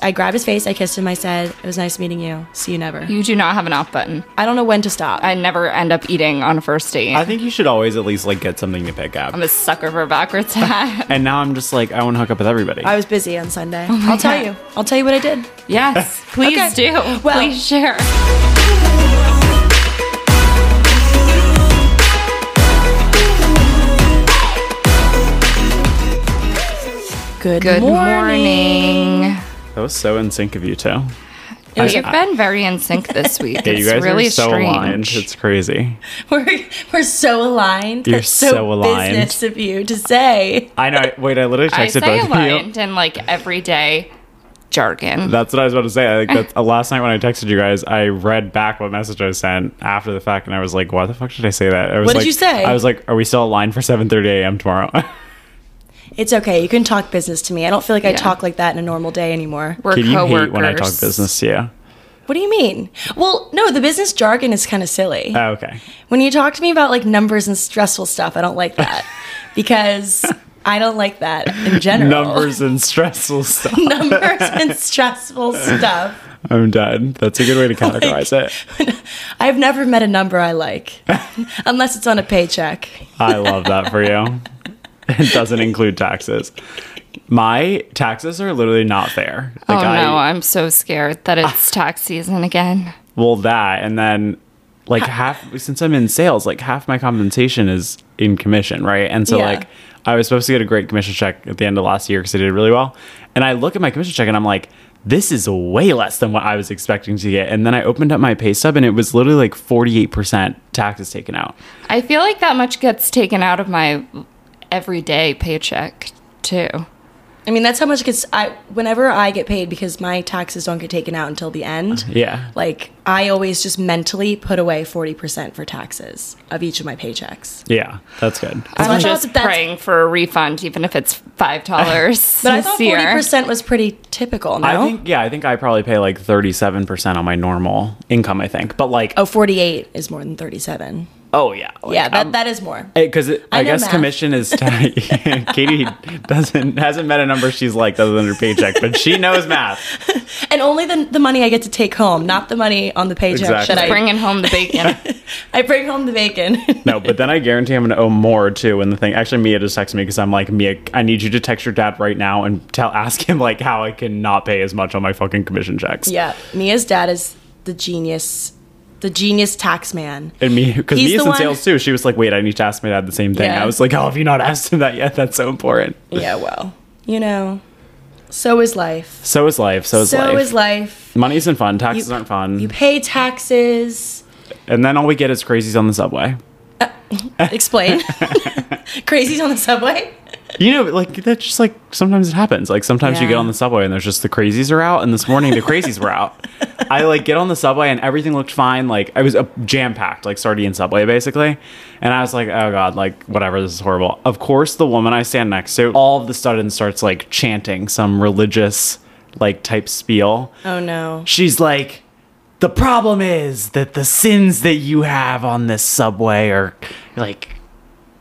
I grabbed his face, I kissed him, I said, It was nice meeting you. See you never. You do not have an off button. I don't know when to stop. I never end up eating on a first date. I think you should always at least like get something to pick up. I'm a sucker for backwards hat. and now I'm just like, I want to hook up with everybody. I was busy on Sunday. I'll tell Oh God. you. I'll tell you what I did. yes, please Okay. do. Well- please share. Good, Good morning. that was so in sync of you two. You've been very in sync this week. Yeah, it's you guys really are so strange. aligned. It's crazy. We're, we're so aligned. You're That's so aligned. business of you to say. I know. I- Wait, I literally I texted say both of you. aligned in like everyday jargon. That's what I was about to say. I think that's, uh, last night when I texted you guys, I read back what message I sent after the fact, and I was like, "Why the fuck did I say that?" I was What did like- you say? I was like, "Are we still aligned for 7:30 a.m. tomorrow?" It's okay. You can talk business to me. I don't feel like I Yeah. talk like that in a normal day anymore. We're Kid, you coworkers. hate when I talk business to you. What do you mean? Well, no, the business jargon is kind of silly. Oh, okay. When you talk to me about like numbers and stressful stuff, I don't like that because I don't like that in general. Numbers and stressful stuff. numbers and stressful stuff. I'm done. That's a good way to categorize it. I've never met a number I like unless it's on a paycheck. I love that for you. It doesn't include taxes. My taxes are literally not fair. Oh Like, I- Ah. no, I'm so scared that it's tax season again. Well, that and then like half since I'm in sales, like half my compensation is in commission, right? And so Yeah. like I was supposed to get a great commission check at the end of last year because I did really well, and I look at my commission check and I'm like, this is way less than what I was expecting to get. And then I opened up my pay stub and it was literally like 48 percent taxes taken out. I feel like that much gets taken out of my everyday paycheck too. I mean, that's how much gets I whenever I get paid because my taxes don't get taken out until the end. Yeah, Like I always just mentally put away 40% for taxes of each of my paychecks. yeah, that's good. So I I'm thought just that that's- praying for a refund, even if it's five dollars. But I thought 40% was pretty typical, no? I think yeah, I think I probably pay like 37 percent on my normal income. I think, but like oh, 48 is more than 37. oh yeah, like, yeah, that, I'm- that is more. because I, I know guess math. commission is tight. Katie doesn't hasn't met a number she's liked other than her paycheck, but she knows math. And only the, the money I get to take home, not the money on the paycheck Exactly. that I Bringing home the bacon. I bring home the bacon. No, but then I guarantee I'm gonna owe more too. When the thing actually Mia just texted me because I'm like Mia, I need you to text your dad right now and tell ask him like how I can not pay as much on my fucking commission checks. yeah, Mia's dad is the genius, the genius tax man. And me, because He's Mia's the in one- sales too. She was like, "Wait, I need to ask my dad the same thing." Yeah. I was like, "Oh, have you not asked him that yet? That's so important." Yeah, well, you know, so is life. So is life. So is so life. is life. Money isn't fun. Taxes aren't fun. You pay taxes. and then all we get is crazies on the subway. Explain. Crazies on the subway. You know, like that's just like sometimes it happens. Like sometimes you Yeah. get on the subway and there's just the crazies are out. And this morning the crazies were out. I like get on the subway and everything looked fine. Like I was uh, jam packed, like sardine subway basically. And I was like, oh god, like whatever, this is horrible. Of course, the woman I stand next to, all of the sudden starts like chanting some religious like type spiel. Oh no. She's like, the problem is that the sins that you have on this subway are like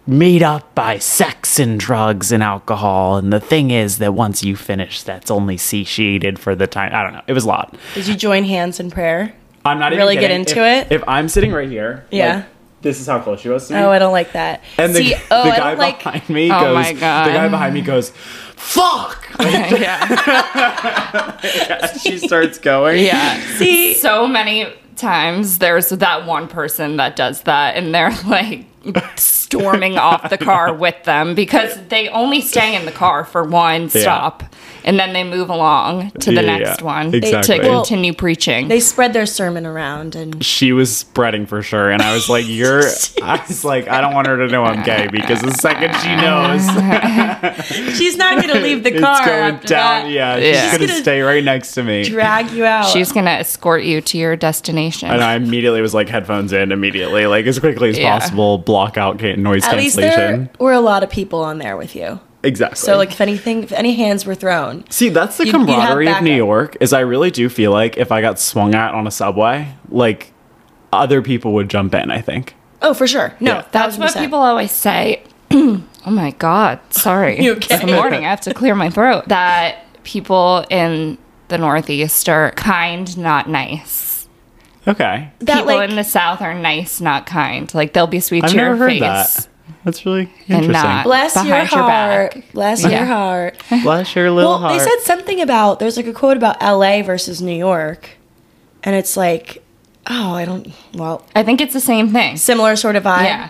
made up by sex and drugs and alcohol. And the thing is that once you finish, that's only satiated for the time. I don't know. It was a lot. Did you join hands in prayer? I'm not even Really get kidding. into If- it? If I'm sitting right here, Yeah. like, this is how close she was to me. Oh, I don't like that. and the, See, the oh, I guy don't like. behind me Oh goes. my God. The guy behind me goes. Fuck! yeah, she starts going. yeah. See, So many times there's that one person that does that, and they're like storming off the car with them because they only stay in the car for one stop, and then they move along to the Yeah, yeah, next yeah. one Exactly. to Well, continue preaching. they spread their sermon around, and she was spreading for sure and i was like you're i was like i don't want her to know i'm gay because the second she knows she's not going to leave the it's car. going down after that. yeah, Yeah. she's gonna She's stay right next to me Drag you out. She's gonna escort you to your destination. and i immediately was like headphones in immediately like as quickly as Yeah. possible block out ca- noise At least there cancellation were a lot of people on there with you. exactly So, like, if anything, if any hands were thrown, See, that's the You'd- you'd have camaraderie of New backup. York. Is I really do feel like if I got swung at on a subway, like other people would jump in. I think. oh, for sure. No, Yeah. That's what 1000%. people always say. oh my God, sorry. You okay? It's the morning. I have to clear my throat. That people in the Northeast are kind, not nice. Okay. That People like in the South are nice, not kind. Like they'll be sweet I've to your never heard face. that. That's really And interesting. not- bless your behind your heart, back. bless Yeah. your heart. Bless your little well, heart. they said something about there's like a quote about L.A. versus New York, and it's like, oh, I don't. Well, I think it's the same thing. similar sort of vibe. Yeah.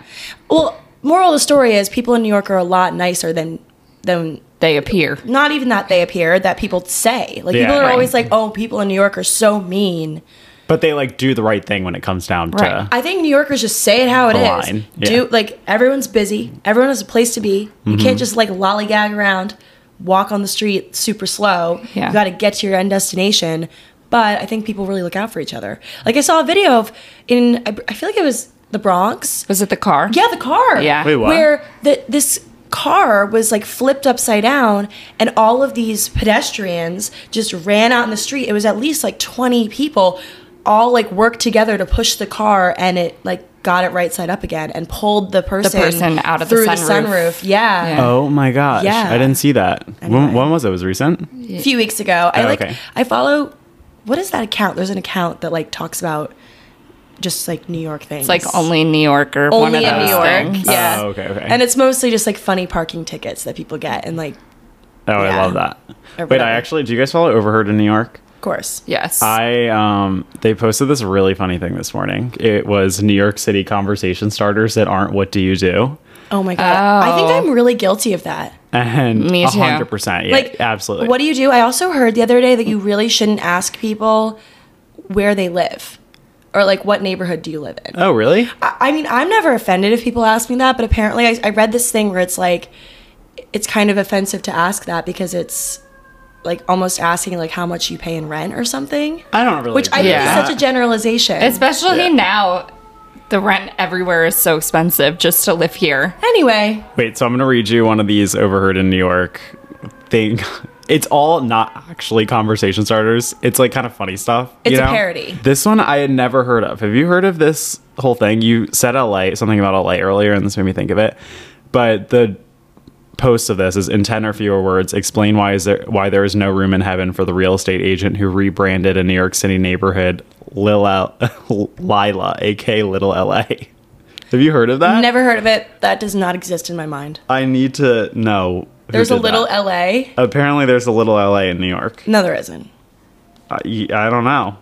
Well, moral of the story is people in New York are a lot nicer than than They appear. not even that they appear that people say. Like Yeah, people are right. always like, "Oh, people in New York are so mean." but they like do the right thing when it comes down Right. to. I think New Yorkers just say it how it The is. line, yeah. Mm-hmm. Do like everyone's busy. Everyone has a place to be. You can't just like lollygag around, walk on the street super slow. Yeah. You got to get to your end destination. But I think people really look out for each other. Like I saw a video of in I, I feel like it was the Bronx. Was it the car? Yeah, the car. Yeah. Wait, what? Where the, this car was like flipped upside down, and all of these pedestrians just ran out in the street. It was at least like 20 people all like worked together to push the car, and it like got it right side up again and pulled the person, person out of the through sunroof. Yeah. Yeah. Oh my gosh! Yeah. I didn't see that. When, Anyway. when was it? Was it recent? A few weeks ago. I Oh, like, okay. I follow, what is that account? There's an account that like talks about just like New York things. It's like only in New York or one only of in those New York. things. Yeah. Oh, okay, okay. And it's mostly just like funny parking tickets that people get, and like, Oh, I Yeah. love that. Or Wait, whatever. I actually do. You guys follow Overheard in New York? of course, Yes. I um they posted this really funny thing this morning. It was New York City conversation starters that aren't what do you do? Oh my god. I think Oh. I'm really guilty of that. And Me Me too. 100%. Yeah, Like absolutely. What do you do? I also heard the other day that you really shouldn't ask people where they live or like what neighborhood do you live in. oh, really? I, I mean, I'm never offended if people ask me that, but apparently I, I read this thing where it's like it's kind of offensive to ask that because it's like almost asking like how much you pay in rent or something. I don't really. Which I agree think with Yeah. is such a that. generalization. Especially Yeah. now, the rent everywhere is so expensive just to live here. anyway, Wait, so I'm going to read you one of these Overheard in New York thing. It's all not actually conversation starters. It's like kind of funny stuff. you It's a know? parody. This one I had never heard of. Have you heard of this whole thing? You said LA, something about LA earlier, and this made me think of it. But the post of this is in 10 or fewer words explain why is there why there is no room in heaven for the real estate agent who rebranded a new york city neighborhood lila lila aka little la have you heard of that never heard of it. That does not exist in my mind. i need to know who There's a did little that. LA. Apparently, there's a little LA in New York. No, there isn't. I, I don't know.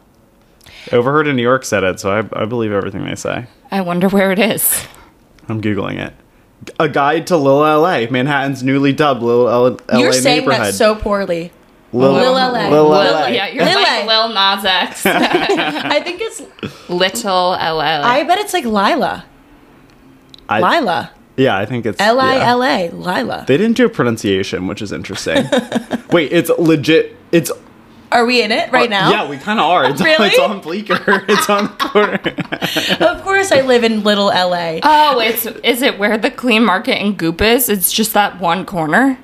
Overheard in New York said it, so I, I believe everything they say. I wonder where it is. I'm googling it. A guide to Little LA, Manhattan's newly dubbed Little L- LA You're saying neighborhood. that so poorly. Lil, Lil LA. LA. Lil- Lil LA. Yeah, you're Lil like Lil Nas X. I think it's. Little LL. I bet it's like Lila. I- Lila. Yeah, I think it's L I yeah. L A. Lila. They didn't do a pronunciation, which is interesting. Wait, it's legit. It's Are we in it right now? Uh, Yeah, we kind of are. It's, Really? it's on Bleecker. It's on the corner. Of course, I live in Little LA. oh, it's is it where the clean market and Goop is? It's just that one corner.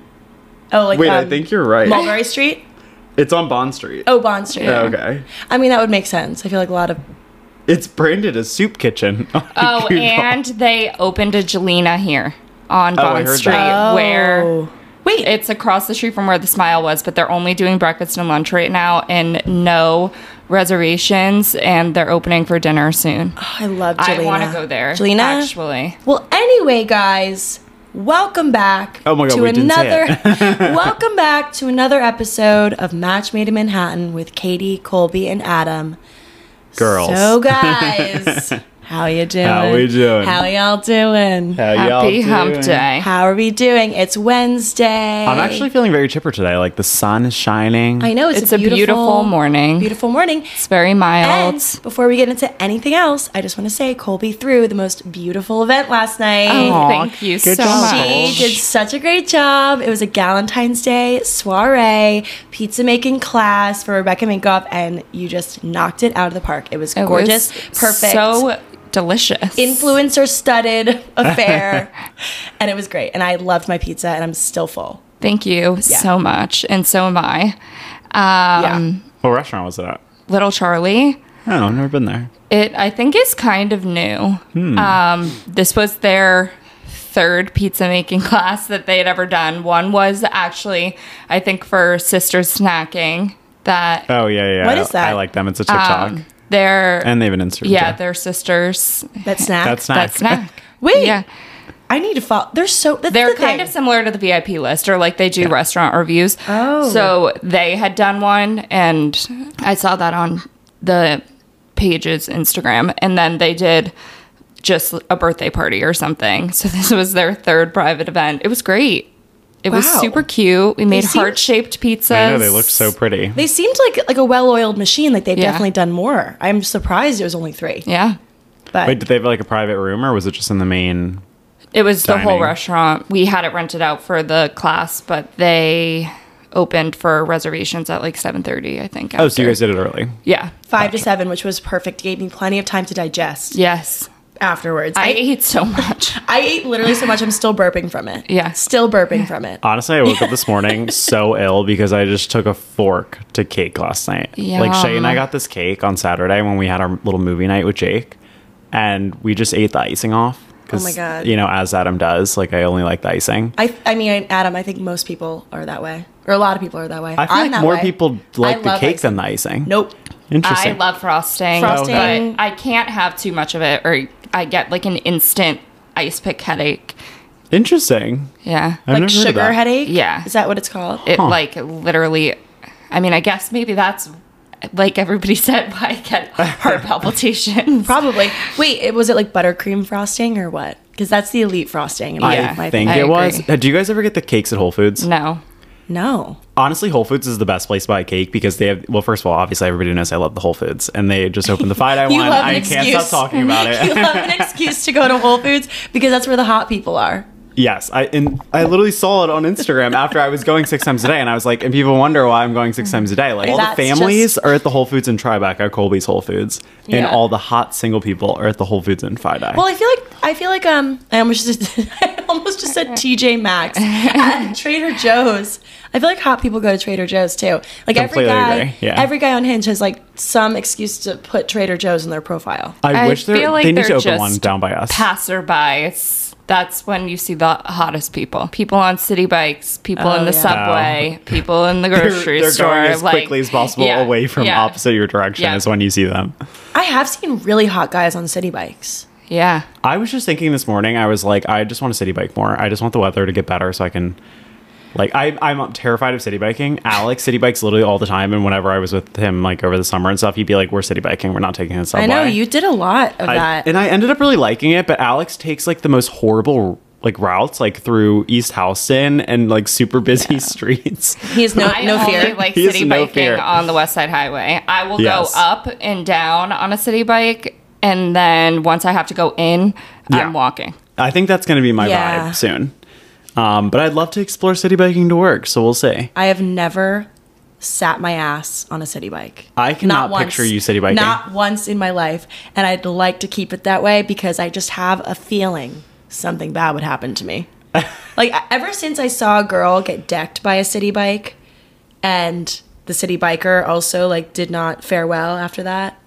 Oh, like Wait, I um, think you're right. Mulberry Street. It's on Bond Street. Oh, Bond Street. Yeah, okay. I mean, that would make sense. I feel like a lot of. It's branded as Soup Kitchen. on Oh, Google. and they opened a Jelena here on Oh, I Bond heard Street, that. where Oh. Wait. it's across the street from where the Smile was. But they're only doing breakfast and lunch right now, and no reservations, and they're opening for dinner soon. I love I Jelena. want to go there. Jelena? actually, Well, anyway, guys, welcome back Oh my God, to we didn't say another Welcome back to another episode of Match Made in Manhattan with Katie, Colby, and Adam. Girls. So guys, how you doing? How we doing? How y'all doing? How y'all happy hump doing? day. How are we doing? It's Wednesday. I'm actually feeling very chipper today. Like the sun is shining. I know it's, It's a beautiful morning. Beautiful morning. It's very mild. And before we get into anything else, I just want to say Colby threw the most beautiful event last night. Oh, Aw, thank you good so job. much. She did such a great job. It was a Galentine's Day soiree, pizza making class for Rebecca Minkoff, and you just knocked it out of the park. It was It was gorgeous, perfect, So delicious. influencer studded affair. and it was great. And I loved my pizza, and I'm still full. Thank you so much. And so am I. Um, What restaurant was it at? Little Charlie. Oh, I've never been there. It I think is kind of new. Um, this was their third pizza making class that they had ever done. One was actually I think for sister snacking that Oh yeah, yeah. What I- is that? I like them. It's a TikTok, um, they're and they have an Instagram. yeah too. they're sisters. That snack. that's not. That's snack. Wait. yeah. I need to follow. They're so. That's They're the kind thing. of similar to the VIP list, or like they do restaurant reviews. Oh. So they had done one, and I saw that on the page's Instagram. And then they did just a birthday party or something. So this was their third private event. It was great. It was Wow. super cute. We made seem- heart shaped pizzas. I know they looked so pretty. They seemed like like a well-oiled machine. Like they've Yeah. definitely done more. I'm surprised it was only three. Yeah. But Wait, did they have like a private room, or was it just in the main? It was the whole Dining. restaurant. We had it rented out for the class, but they opened for reservations at like 7.30 i think Oh, so after. you guys did it early. yeah five to seven, which was perfect, gave me plenty of time to digest yes afterwards. I I, ate so much. I ate literally so much. I'm still burping from it. Yeah. still burping from it. Honestly, I woke up this morning so ill because I just took a fork to cake last night. Like Shay and I Yum. got this cake on Saturday when we had our little movie night with Jake, and we just ate the icing off. 'cause, Oh my God. You know, as Adam does, like I only like the icing. I, I mean, Adam, I think most people are that way, or a lot of people are that way. I feel I'm like that more way. people I like the love cake icing. than the icing. Nope. I Interesting. love frosting, Frosting. but I can't have too much of it, or I get like an instant ice pick headache. Interesting. Yeah, like I've never heard of sugar that. headache. Yeah. Is that what it's called? it like literally. I mean, I guess maybe that's like everybody said why I get heart palpitations. Probably. Wait, it, was it like buttercream frosting or what? Because that's the elite frosting. In my, Yeah. my I think I it was. Uh, agree. Do you guys ever get the cakes at Whole Foods? No, No. honestly, Whole Foods is the best place to buy cake because they have. Well, first of all, obviously everybody knows I love the Whole Foods, and they just opened the Five Eye You one. love an I can't excuse. stop talking about you it. love an excuse to go to Whole Foods because that's where the hot people are. yes, I and I literally saw it on Instagram after I was going six times a day, and I was like, and people wonder why I'm going six times a day. Like all That's the families just- are at the Whole Foods in Tribeca, Colby's Whole Foods, and Yeah. all the hot single people are at the Whole Foods in Five Eye. Well, I feel like I feel like um I almost just I almost just said TJ Maxx, At Trader Joe's. I feel like hot people go to Trader Joe's too. Like every Completely guy, agree, yeah. every guy on Hinge has like some excuse to put Trader Joe's in their profile. I, I wish there, feel like they need they're to open one just down by us. passerbys. That's when you see the hottest people. People on city bikes, people Oh, in the yeah. subway, people in the grocery they're store. going as like- quickly as possible Yeah, away from yeah, opposite your direction Yeah. is when you see them. I have seen really hot guys on city bikes. Yeah. I was just thinking this morning. I was like, I just want a city bike more. I just want the weather to get better so I can. Like I, I'm terrified of city biking. Alex city bikes literally all the time, and whenever I was with him, like over the summer and stuff, he'd be like, "We're city biking. We're not taking the subway." I know you did a lot of Oh, I- that. and I ended up really liking it, but Alex takes like the most horrible like routes, like through East Houston and like super busy streets. he has no I no only fear. like He has city no biking fear. on the West Side Highway. I will Yes. go up and down on a city bike, and then once I have to go in, Yeah. I'm walking. I think that's going to be my Yeah. vibe soon. Um, but I'd love to explore city biking to work, so we'll see. I have never sat my ass on a city bike. I cannot picture you city biking. Not once in my life. And I'd like to keep it that way because I just have a feeling something bad would happen to me. like I- ever since I saw a girl get decked by a city bike and the city biker also like did not fare well after that.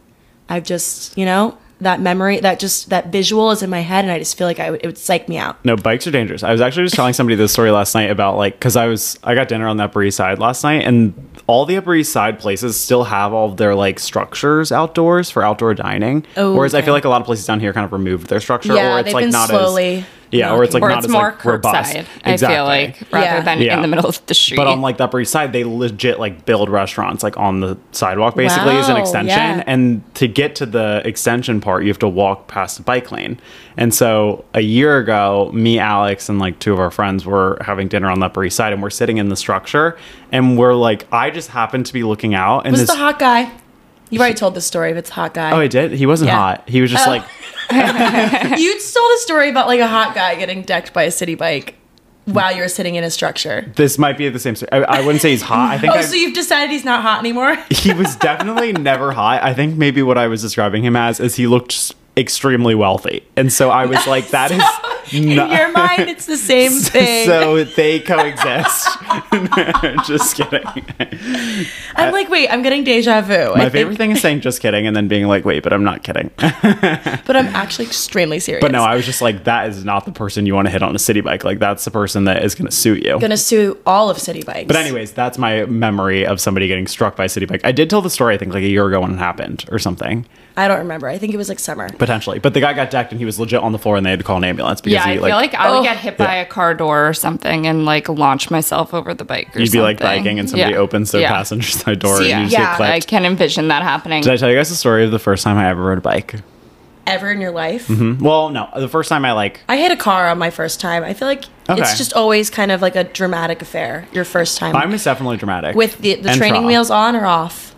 I've just, you know, that memory, that just that visual is in my head and I just feel like I would, it would psych me out. No, bikes are dangerous. I was actually just telling somebody this story last night about like because I was I got dinner on the Upper East Side last night, and all the Upper East Side places still have all of their like structures outdoors for outdoor dining. Oh, Whereas I okay. feel like a lot of places down here kind of removed their structure, Yeah, or it's they've like been not slowly as yeah, or it's like or not it's as more like robust. curbside. I feel like rather Yeah. than Yeah. in the middle of the street. But on like the Upper East Side, they legit like build restaurants like on the sidewalk basically as an Wow, extension. yeah. And to get to the extension part, you have to walk past the bike lane. And so a year ago, me, Alex, and like two of our friends were having dinner on the Upper East Side, and we're sitting in the structure, and we're like, I just happened to be looking out, and Was it this. the hot guy? You've already told this story, but it's the hot guy. oh, I did. He wasn't Yeah. hot. He was just Oh. like. You told a story about like a hot guy getting decked by a city bike while you were sitting in a structure. This might be the same. st- I, I wouldn't say he's hot. I think Oh, I- so you've decided he's not hot anymore? he was definitely never hot. I think maybe what I was describing him as is he looked s- extremely wealthy. And so I was like, that is In your mind, it's the same thing. so they coexist. just kidding. I'm like, wait, I'm getting deja vu. uh, My favorite thing is saying just kidding and then being like, wait, but I'm not kidding. but I'm actually extremely serious. But no, I was just like, that is not the person you want to hit on a city bike. Like, that's the person that is going to suit you. gonna sue all of City Bikes. But anyways, that's my memory of somebody getting struck by a city bike. I did tell the story, I think, like a year ago when it happened or something, I don't remember. I think it was like summer. potentially. But the guy got decked and he was legit on the floor and they had to call an ambulance because Yeah, he I like, feel like I would Oh. get hit by a car door or something and like launch myself over the bike. Or you'd be like something. biking and somebody Yeah. opens their Yeah. passenger side door yeah, and you just yeah, get clipped. I can envision that happening. did I tell you guys the story of the first time I ever rode a bike? Hmm? Ever in your life? Well, no, the first time I like I hit a car on my first time. I feel like Okay. it's just always kind of like a dramatic affair. Your first time mine was definitely dramatic with the, the and training trial. wheels on or off.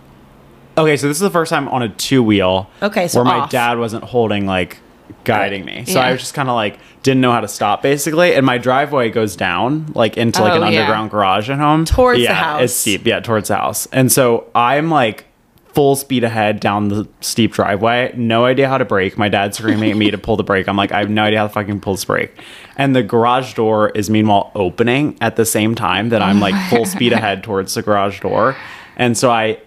Okay, so this is the first time on a two wheel. Okay, so where my off. dad wasn't holding like guiding me, so I Yeah. was just kind of like didn't know how to stop basically, and my driveway goes down like into like an Oh, yeah. underground garage at home Towards the yeah, house. It's steep, yeah, towards the house, and so I'm like full speed ahead down the steep driveway, no idea how to brake. My dad's screaming at me to pull the brake. I'm like, I have no idea how to fucking pull this brake, and the garage door is meanwhile opening at the same time that Oh I'm like full speed ahead towards the garage door, and so I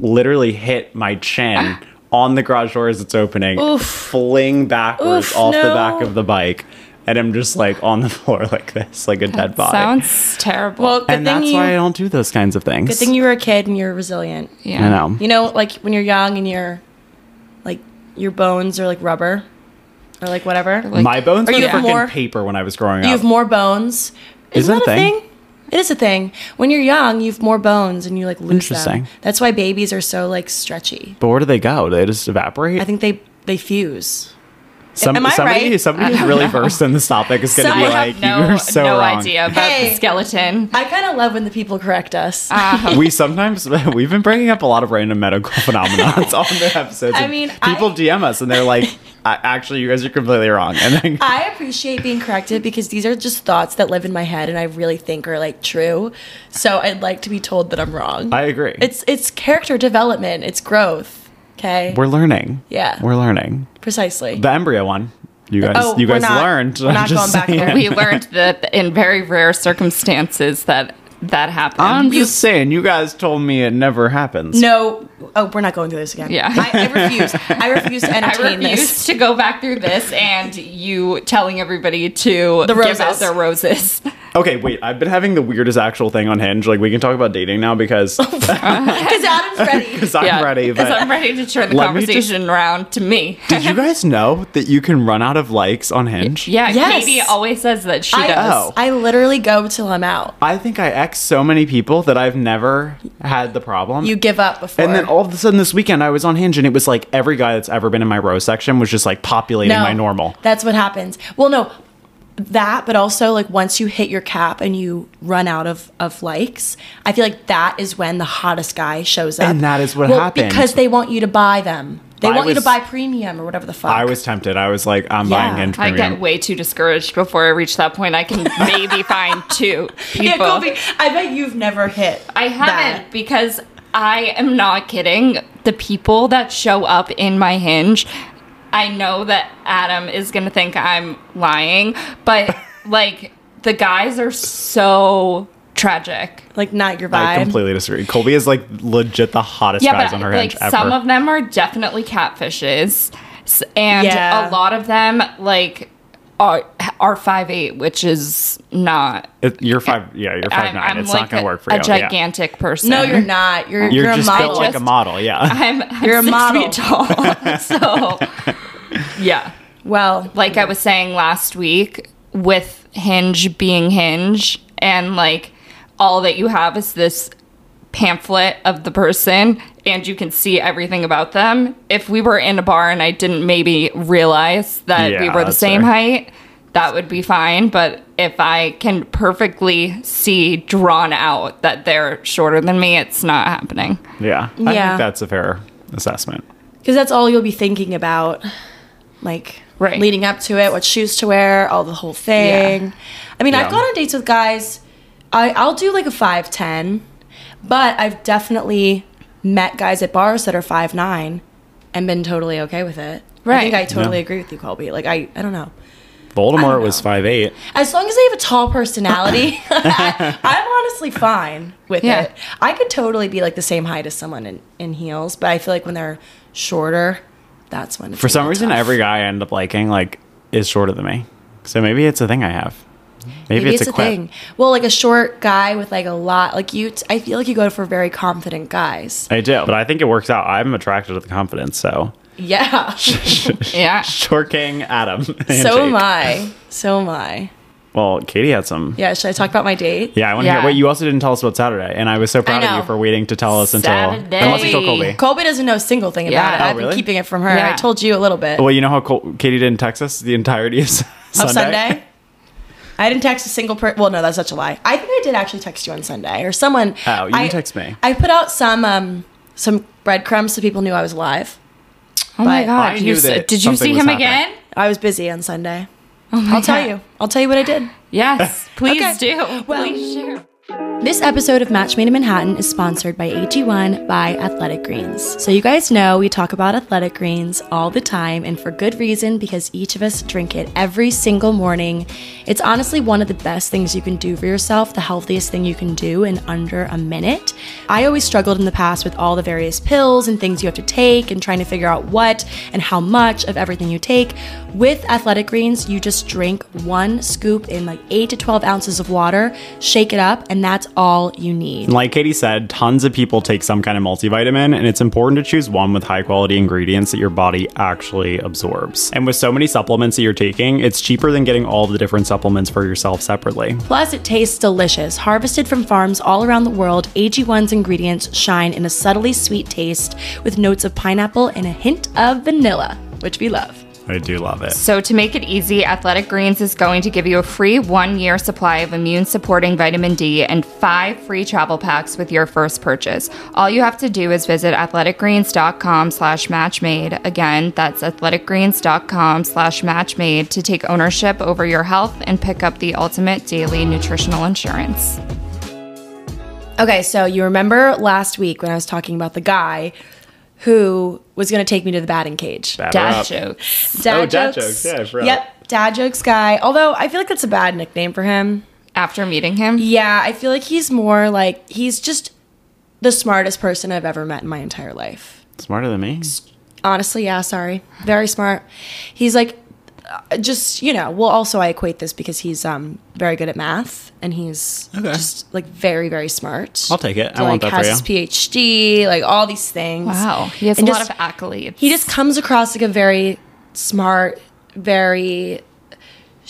literally hit my Ah. chin on the garage door as it's opening, fling backwards Oof, off the no. back of the bike, and I'm just like on the floor like this, like a dead body. Sounds terrible. Well, good and thing that's you why I don't do those kinds of things. good thing you were a kid and you're resilient. yeah. I know. You know, like when you're young and you're like your bones are like rubber or like whatever. Like, my bones Are were you freaking more- paper when I was growing you up. have more bones. Is Isn't that a that, a thing? thing? It is a thing. When you're young, you have more bones and you like lose Interesting. them. That's why babies are so like stretchy. but where do they go? Do they just evaporate? I think they they fuse. Some, am I somebody, right? somebody who's really versed in this topic is going to Some- be I like, have no, "You're so no wrong." idea about Hey. the skeleton. I kind of love when the people correct us. we sometimes we've been bringing up a lot of random medical phenomena It's on the episodes. I and mean, I- people DM us and they're like, "I- "Actually, you guys are completely wrong." And then I appreciate being corrected because these are just thoughts that live in my head and I really think are like true. So I'd like to be told that I'm wrong. I agree. It's it's character development. It's growth. Okay. we're learning. Yeah. we're learning. Precisely. The embryo one. You guys, Oh, you we're guys not- learned. we're I'm not going just back there. saying. we learned that in very rare circumstances that that happens. I'm just saying. You guys told me it never happens. no. Oh, we're not going through this again. Yeah. I, I refuse. I refuse to I entertain this. refuse to go back through this and you telling everybody to The give out roses. their roses. Okay, wait. I've been having the weirdest actual thing on Hinge. Like we can talk about dating now because Because Adam's ready. because I'm ready. Oh, Because But I'm ready to turn the Let me just- conversation around to me. did you guys know that you can run out of likes on Hinge? yeah, Yes. Katie always says that she I, does. Oh. I literally go till I'm out. I think I ex so many people that I've never had the problem. You give up before. and then all of a sudden this weekend I was on Hinge and it was like every guy that's ever been in my row section was just like populating my normal. That's what happens. Well, no, that, but also like once you hit your cap and you run out of of likes, I feel like that is when the hottest guy shows up, And that is what Well, happened. because they want you to buy them. They I want you was- to buy premium or whatever the fuck. I was tempted. I was like, I'm Yeah. buying Hinge I premium. get way too discouraged before I reach that point. I can maybe find two people. Yeah, Kobe. I bet you've never hit. I haven't that. because I am not kidding. The people that show up in my hinge, I know that Adam is going to think I'm lying, but like the guys are so tragic. Like not your vibe. I completely disagree. Colby is like legit the hottest Yeah, guys but on her like Hinge ever. some of them are definitely catfishes, S- and Yeah. a lot of them like are are five eight, which is not. It- you're five. Yeah, you're I'm, five nine. I'm It's like not gonna a, work for a you. yeah. gigantic person. no, you're not. You're You're, you're, just a built model. like a model. Yeah. I'm, I'm You're a six model. feet tall. so yeah, well, like I was saying last week, with Hinge being Hinge, and like all that you have is this pamphlet of the person, and you can see everything about them. If we were in a bar and I didn't maybe realize that we Yeah, were the that's same fair. height, that would be fine. But if I can perfectly see drawn out that they're shorter than me, it's not happening. yeah. I Yeah. think that's a fair assessment. because that's all you'll be thinking about like Right. leading up to it what shoes to wear all the whole thing i mean Yeah. i've gone on dates with guys I, i'll do like a 510 but i've definitely met guys at bars that are 5'9 and been totally okay with it i Right. think i totally Yeah. agree with you colby like i, I don't know Voldemort was five eight. As long as they have a tall personality, I'm honestly fine with Yeah. it. I could totally be like the same height as someone in, in heels, but I feel like when they're shorter, that's when it's For some gonna be reason, tough. every guy I end up liking like is shorter than me. So maybe it's a thing I have. Maybe, Maybe it's, a, quip. thing. Well, like a short guy with like a lot, like you. T- I feel like you go for very confident guys. I do, but I think it works out. I'm attracted to the confidence. So Yeah. Yeah. short king Adam. so am much. I. So am I. Well, Katie had some. Yeah, Yeah. Should I talk about my date? I want to Yeah. hear. Wait, you also didn't tell us about Saturday, and I was so proud of you know. for waiting to tell us until Saturday. unless you told Colby. Colby doesn't know a single thing about Yeah. it. Oh, I've really? been keeping it from her. Yeah. I told you a little bit Well, you know how Col- Katie didn't text us the entirety of, Sunday? of Sunday. I didn't text a single person. Well, no, that's such a lie. I think I did actually text you on Sunday or someone. Oh, you didn't I- text me. I put out some um, some breadcrumbs so people knew I was alive. Oh my But I god! You knew s- that did you something see was him happening. again? I was busy on Sunday. Oh my I'll tell God. you. I'll tell you what I did. Yes, please Okay. do. Well- please share. This episode of Match Made in Manhattan is sponsored by AG1 by Athletic Greens. So, you guys know we talk about Athletic Greens all the time, and for good reason because each of us drink it every single morning. It's honestly one of the best things you can do for yourself, the healthiest thing you can do in under a minute. I always struggled in the past with all the various pills and things you have to take and trying to figure out what and how much of everything you take. With Athletic Greens, you just drink one scoop in like 8 to 12 ounces of water, shake it up, and that's all you need. And Like Katie said, tons of people take some kind of multivitamin, and it's important to choose one with high quality ingredients that your body actually absorbs. And with so many supplements that you're taking, it's cheaper than getting all the different supplements for yourself separately. Plus, it tastes delicious. Harvested from farms all around the world, AG1's ingredients shine in a subtly sweet taste with notes of pineapple and a hint of vanilla, which we love. I do love it. So, to make it easy, Athletic Greens is going to give you a free one year supply of immune supporting vitamin D and five free travel packs with your first purchase. All you have to do is visit athleticgreens.com slash matchmade. Again, that's athleticgreens.com slash matchmade to take ownership over your health and pick up the ultimate daily nutritional insurance. Okay, so you remember last week when I was talking about the guy who was going to take me to the batting cage? Dad jokes. Dad Oh, dad jokes. Yeah, I forgot. Yep, dad jokes guy. Although I feel like that's a bad nickname for him. After meeting him, Yeah, I feel like he's more like he's just the smartest person I've ever met in my entire life. Smarter than me. Honestly, yeah, sorry. Very smart. He's like uh, just, you know, well also I equate this because he's um very good at math and he's just like very very smart. I'll take it. I want like that for has you. his PhD, like all these things. wow, he has And a just- lot of accolades. he just comes across like a very smart, very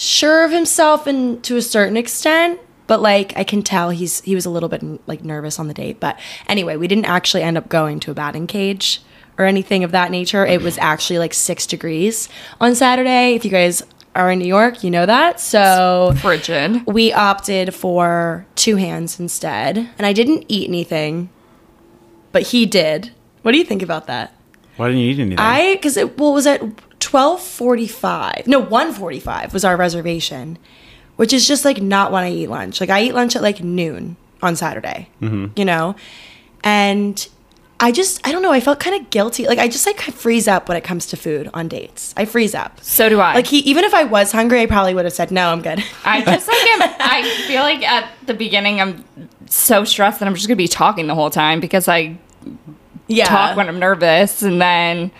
sure of himself and to a certain extent. But like I can tell he's he was a little bit like nervous on the date. But anyway, we didn't actually end up going to a batting cage or anything of that nature. It was actually like six degrees on Saturday. If you guys are in New York, you know that. So frigid. we opted for two hands instead. And I didn't eat anything, but he did. What do you think about that? Why didn't you eat anything? I because it well, it was at twelve forty five. No, one forty five was our reservation, which is just like not when I eat lunch. Like I eat lunch at like noon on Saturday, you know, and I just I don't know. I felt kind of guilty. Like I just like freeze up when it comes to food on dates. I freeze up. So do I. Like he, even if I was hungry, I probably would have said no. I'm good. I just like am, I feel like at the beginning I'm so stressed that I'm just gonna be talking the whole time because I yeah. talk when I'm nervous and then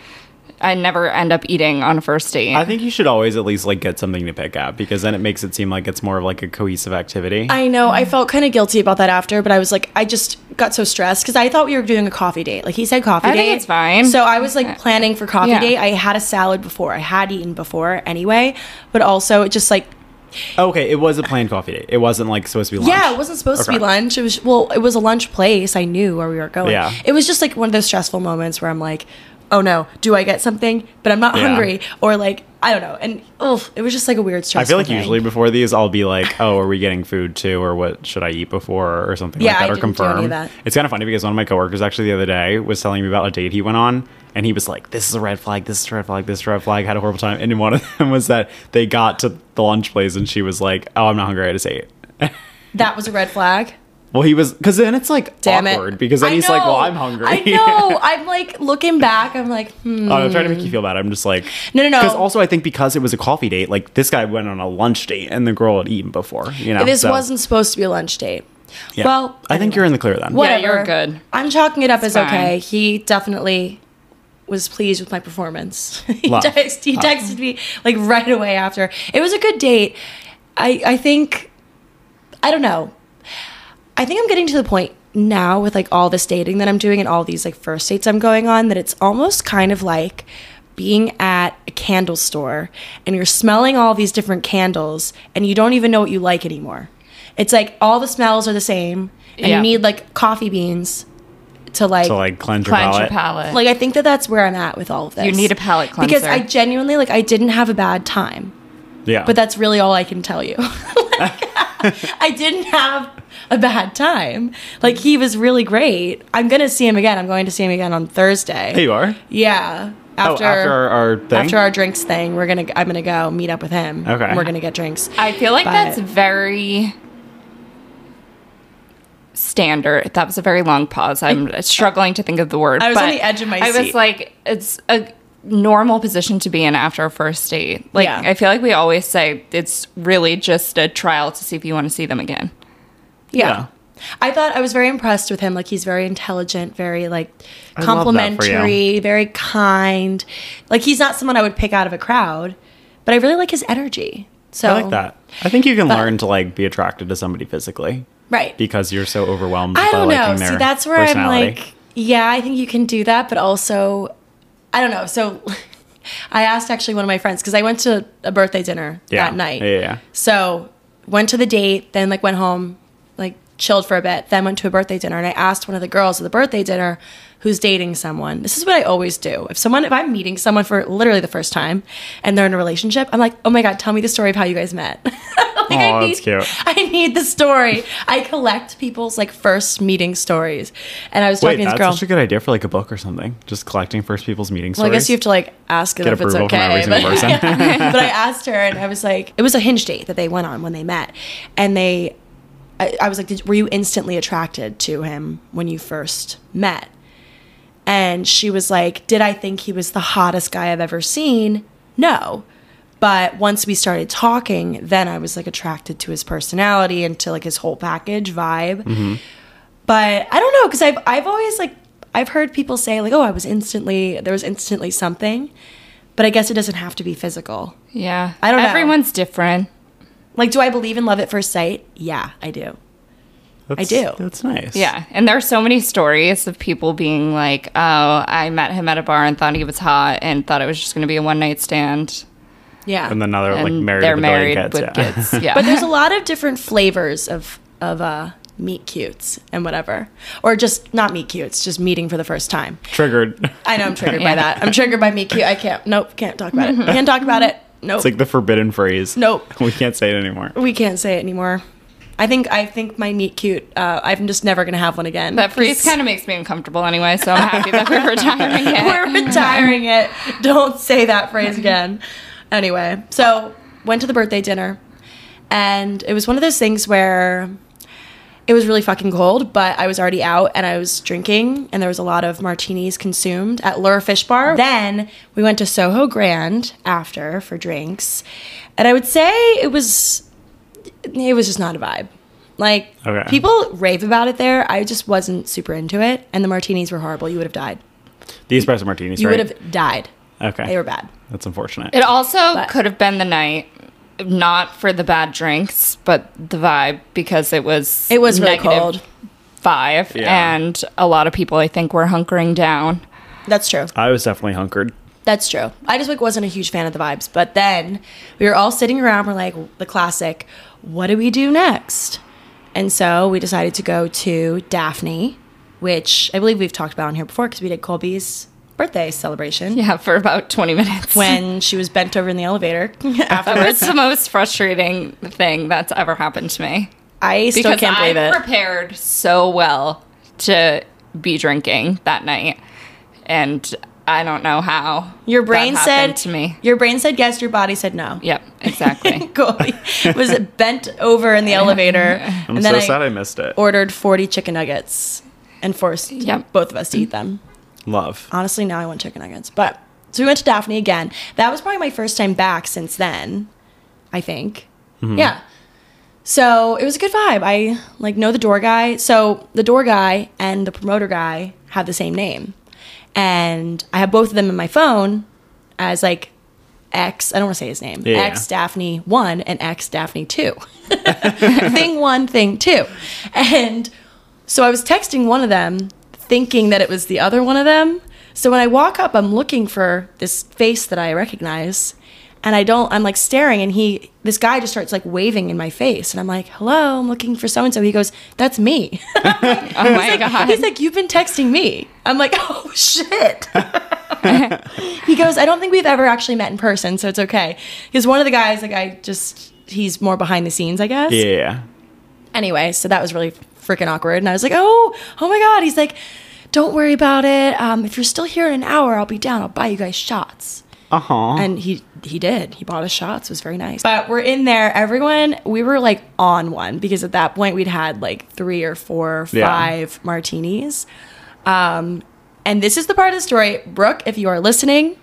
I never end up eating on a first date. I think you should always at least like get something to pick up because then it makes it seem like it's more of like a cohesive activity. I know. Mm. I felt kind of guilty about that after, but I was like, I just got so stressed because I thought we were doing a coffee date. Like he said, coffee I date. think it's fine. So I was like planning for coffee Yeah. date. I had a salad before. I had eaten before anyway, but also it just like okay, it was a planned coffee date. It wasn't like supposed to be lunch. yeah, it wasn't supposed to Okay. be lunch. It was well, it was a lunch place. I knew where we were going. Yeah. It was just like one of those stressful moments where I'm like, oh no, do I get something? But I'm not Yeah. hungry, or like I don't know. And oh, it was just like a weird stressful. I feel like thing. usually before these, I'll be like, "Oh, are we getting food too, or what should I eat before, or something Yeah, like that, I or didn't do any of confirm." that. It's kind of funny because one of my coworkers actually the other day was telling me about a date he went on, and he was like, "This is a red flag. This is a red flag. This is a red flag." Had a horrible time, and one of them was that they got to the lunch place, and she was like, "Oh, I'm not hungry. I just ate." that was a red flag. Well, he was because then it's like Damn it. awkward because then I he's like, "Well, know. I'm hungry." I know. I'm like looking back. I'm like, hmm. Oh, I'm trying to make you feel bad. I'm just like No, no, no. Because also, I think because it was a coffee date, like this guy went on a lunch date and the girl had eaten before. You know, This so, wasn't supposed to be a lunch date. yeah. Well, I think you're in the clear then. Yeah, you're whatever. good. I'm chalking it up as fine. okay. He definitely was pleased with my performance. he, Love. text, he texted me like right away after. It was a good date. I I think I don't know. I think I'm getting to the point now with like all this dating that I'm doing and all these like first dates I'm going on that it's almost kind of like being at a candle store and you're smelling all these different candles and you don't even know what you like anymore. It's like all the smells are the same and Yeah. you need like coffee beans to like, So like cleanse your Cleanse your palate. palate. like I think that that's where I'm at with all of this. You need a palate Because cleanser. I genuinely like I didn't have a bad time Yeah, but that's really all I can tell you. I didn't have a bad time. Like he was really great. I'm gonna see him again. I'm going to see him again on Thursday. there you are. Yeah. After oh, after our, our thing. after our drinks thing, we're gonna I'm gonna go meet up with him. Okay. And we're gonna get drinks. I feel like But- that's very standard. That was a very long pause. I'm struggling to think of the word. I was on but the edge of my I was seat. like, it's a normal position to be in after a first date. Like, Yeah. I feel like we always say it's really just a trial to see if you want to see them again. yeah. I thought I was very impressed with him. Like he's very intelligent, very like love that for you. complimentary, very kind. Like he's not someone I would pick out of a crowd, but I really like his energy. So I like that. I think you can But- learn to like be attracted to somebody physically Right. because you're so overwhelmed. I don't by know. Liking their See, that's where I'm personality. like, yeah, I think you can do that, but also, I don't know. So, I asked actually one of my friends because I went to a birthday dinner yeah. that night. Yeah, yeah, yeah. So went to the date, then like went home, like chilled for a bit, then went to a birthday dinner, and I asked one of the girls at the birthday dinner who's dating someone. This is what I always do. If someone, if I'm meeting someone for literally the first time and they're in a relationship, I'm like, oh my god, tell me the story of how you guys met. like, Aw, I need, that's cute. I need the story. I collect people's like first meeting stories, and I was Wait, talking to that's this girl. such a good idea for like a book or something. Just collecting first people's meeting Well, stories. I guess you have to like ask it Get if it's approval from every okay. single person. Yeah. but I asked her, and I was like, it was a hinge date that they went on when they met, and they, I, I was like, Did, were you instantly attracted to him when you first met? And she was like, did I think he was the hottest guy I've ever seen? No. But once we started talking, then I was like attracted to his personality and to like his whole package vibe but I don't know because I've I've always like I've heard people say like oh I was instantly there was instantly something, but I guess it doesn't have to be physical. Yeah. I don't know. Everyone's different. Like do I believe in love at first sight? Yeah, I do. That's- do. That's nice. Yeah. And there are so many stories of people being like, oh, I met him at a bar and thought he was hot and thought it was just going to be a one night stand. Yeah. And then now they're like and married they're with a billion married kids. with yeah. kids. Yeah. but there's a lot of different flavors of of uh meet cutes and whatever or just not meet cutes just meeting for the first time. Triggered. I know I'm triggered by that. I'm triggered by meet cute. I can't. Nope. Can't talk about it. Can't talk about it. Nope. It's like the forbidden phrase. Nope. We can't say it anymore. we can't say it anymore. I think I think my meet cute. Uh, I'm just never gonna have one again. That freeze kind of makes me uncomfortable anyway, so I'm happy that we're retiring it. We're retiring it. Don't say that phrase again. Anyway, so went to the birthday dinner, and it was one of those things where it was really fucking cold, but I was already out and I was drinking, and there was a lot of martinis consumed at Lure Fish Bar. Then we went to Soho Grand after for drinks, and I would say it was it was just not a vibe. Like Okay. people rave about it there. I just wasn't super into it, and the martinis were horrible. You would have died. The espresso martinis. You right? would have died. Okay. They were bad. That's unfortunate. It also could have been the night, not for the bad drinks, but the vibe because it was It was really negative cold. five, Yeah. and a lot of people I think were hunkering down. That's true. I was definitely hunkered. That's true. I just like wasn't a huge fan of the vibes. But then we were all sitting around. We're like the classic. What do we do next? And so we decided to go to Daphne, which I believe we've talked about on here before because we did Colby's birthday celebration Yeah, for about twenty minutes. when she was bent over in the elevator. Afterwards, it's the most frustrating thing that's ever happened to me I still because can't believe I it. prepared so well to be drinking that night, and I don't know how. Your that brain said happened to me. Your brain said yes. Your body said no. Yep, exactly. Cool. was bent over in the elevator, and I'm so then I sad I missed it. ordered forty chicken nuggets and forced Yep. both of us to eat them. Love. Honestly, now I want chicken nuggets. But so we went to Daphne again. That was probably my first time back since then. I think. Yeah. So it was a good vibe. I like know the door guy. So the door guy and the promoter guy have the same name. And I have both of them in my phone as like X, I don't want to say his name. Yeah, yeah. X Daphne 1 and X Daphne 2. thing 1, thing 2. And so I was texting one of them thinking that it was the other one of them. So when I walk up, I'm looking for this face that I recognize and I don't I'm like staring and he this guy just starts like waving in my face and I'm like, "Hello, I'm looking for so and so." He goes, "That's me." Oh my god. He's like, "You've been texting me." I'm like, "Oh shit." he goes, "I don't think we've ever actually met in person, so it's okay." Because one of the guys like I just he's more behind the scenes, I guess Yeah. anyway, so that was really freaking awkward. And I was like, oh, oh my God. He's like, don't worry about it. Um, if you're still here in an hour, I'll be down. I'll buy you guys shots. Uh huh. And he he did. He bought us shots. It was very nice. But we're in there. Everyone, we were like on one because at that point we'd had like three or four, Yeah. five martinis. Um, and this is the part of the story, Brooke. If you are listening,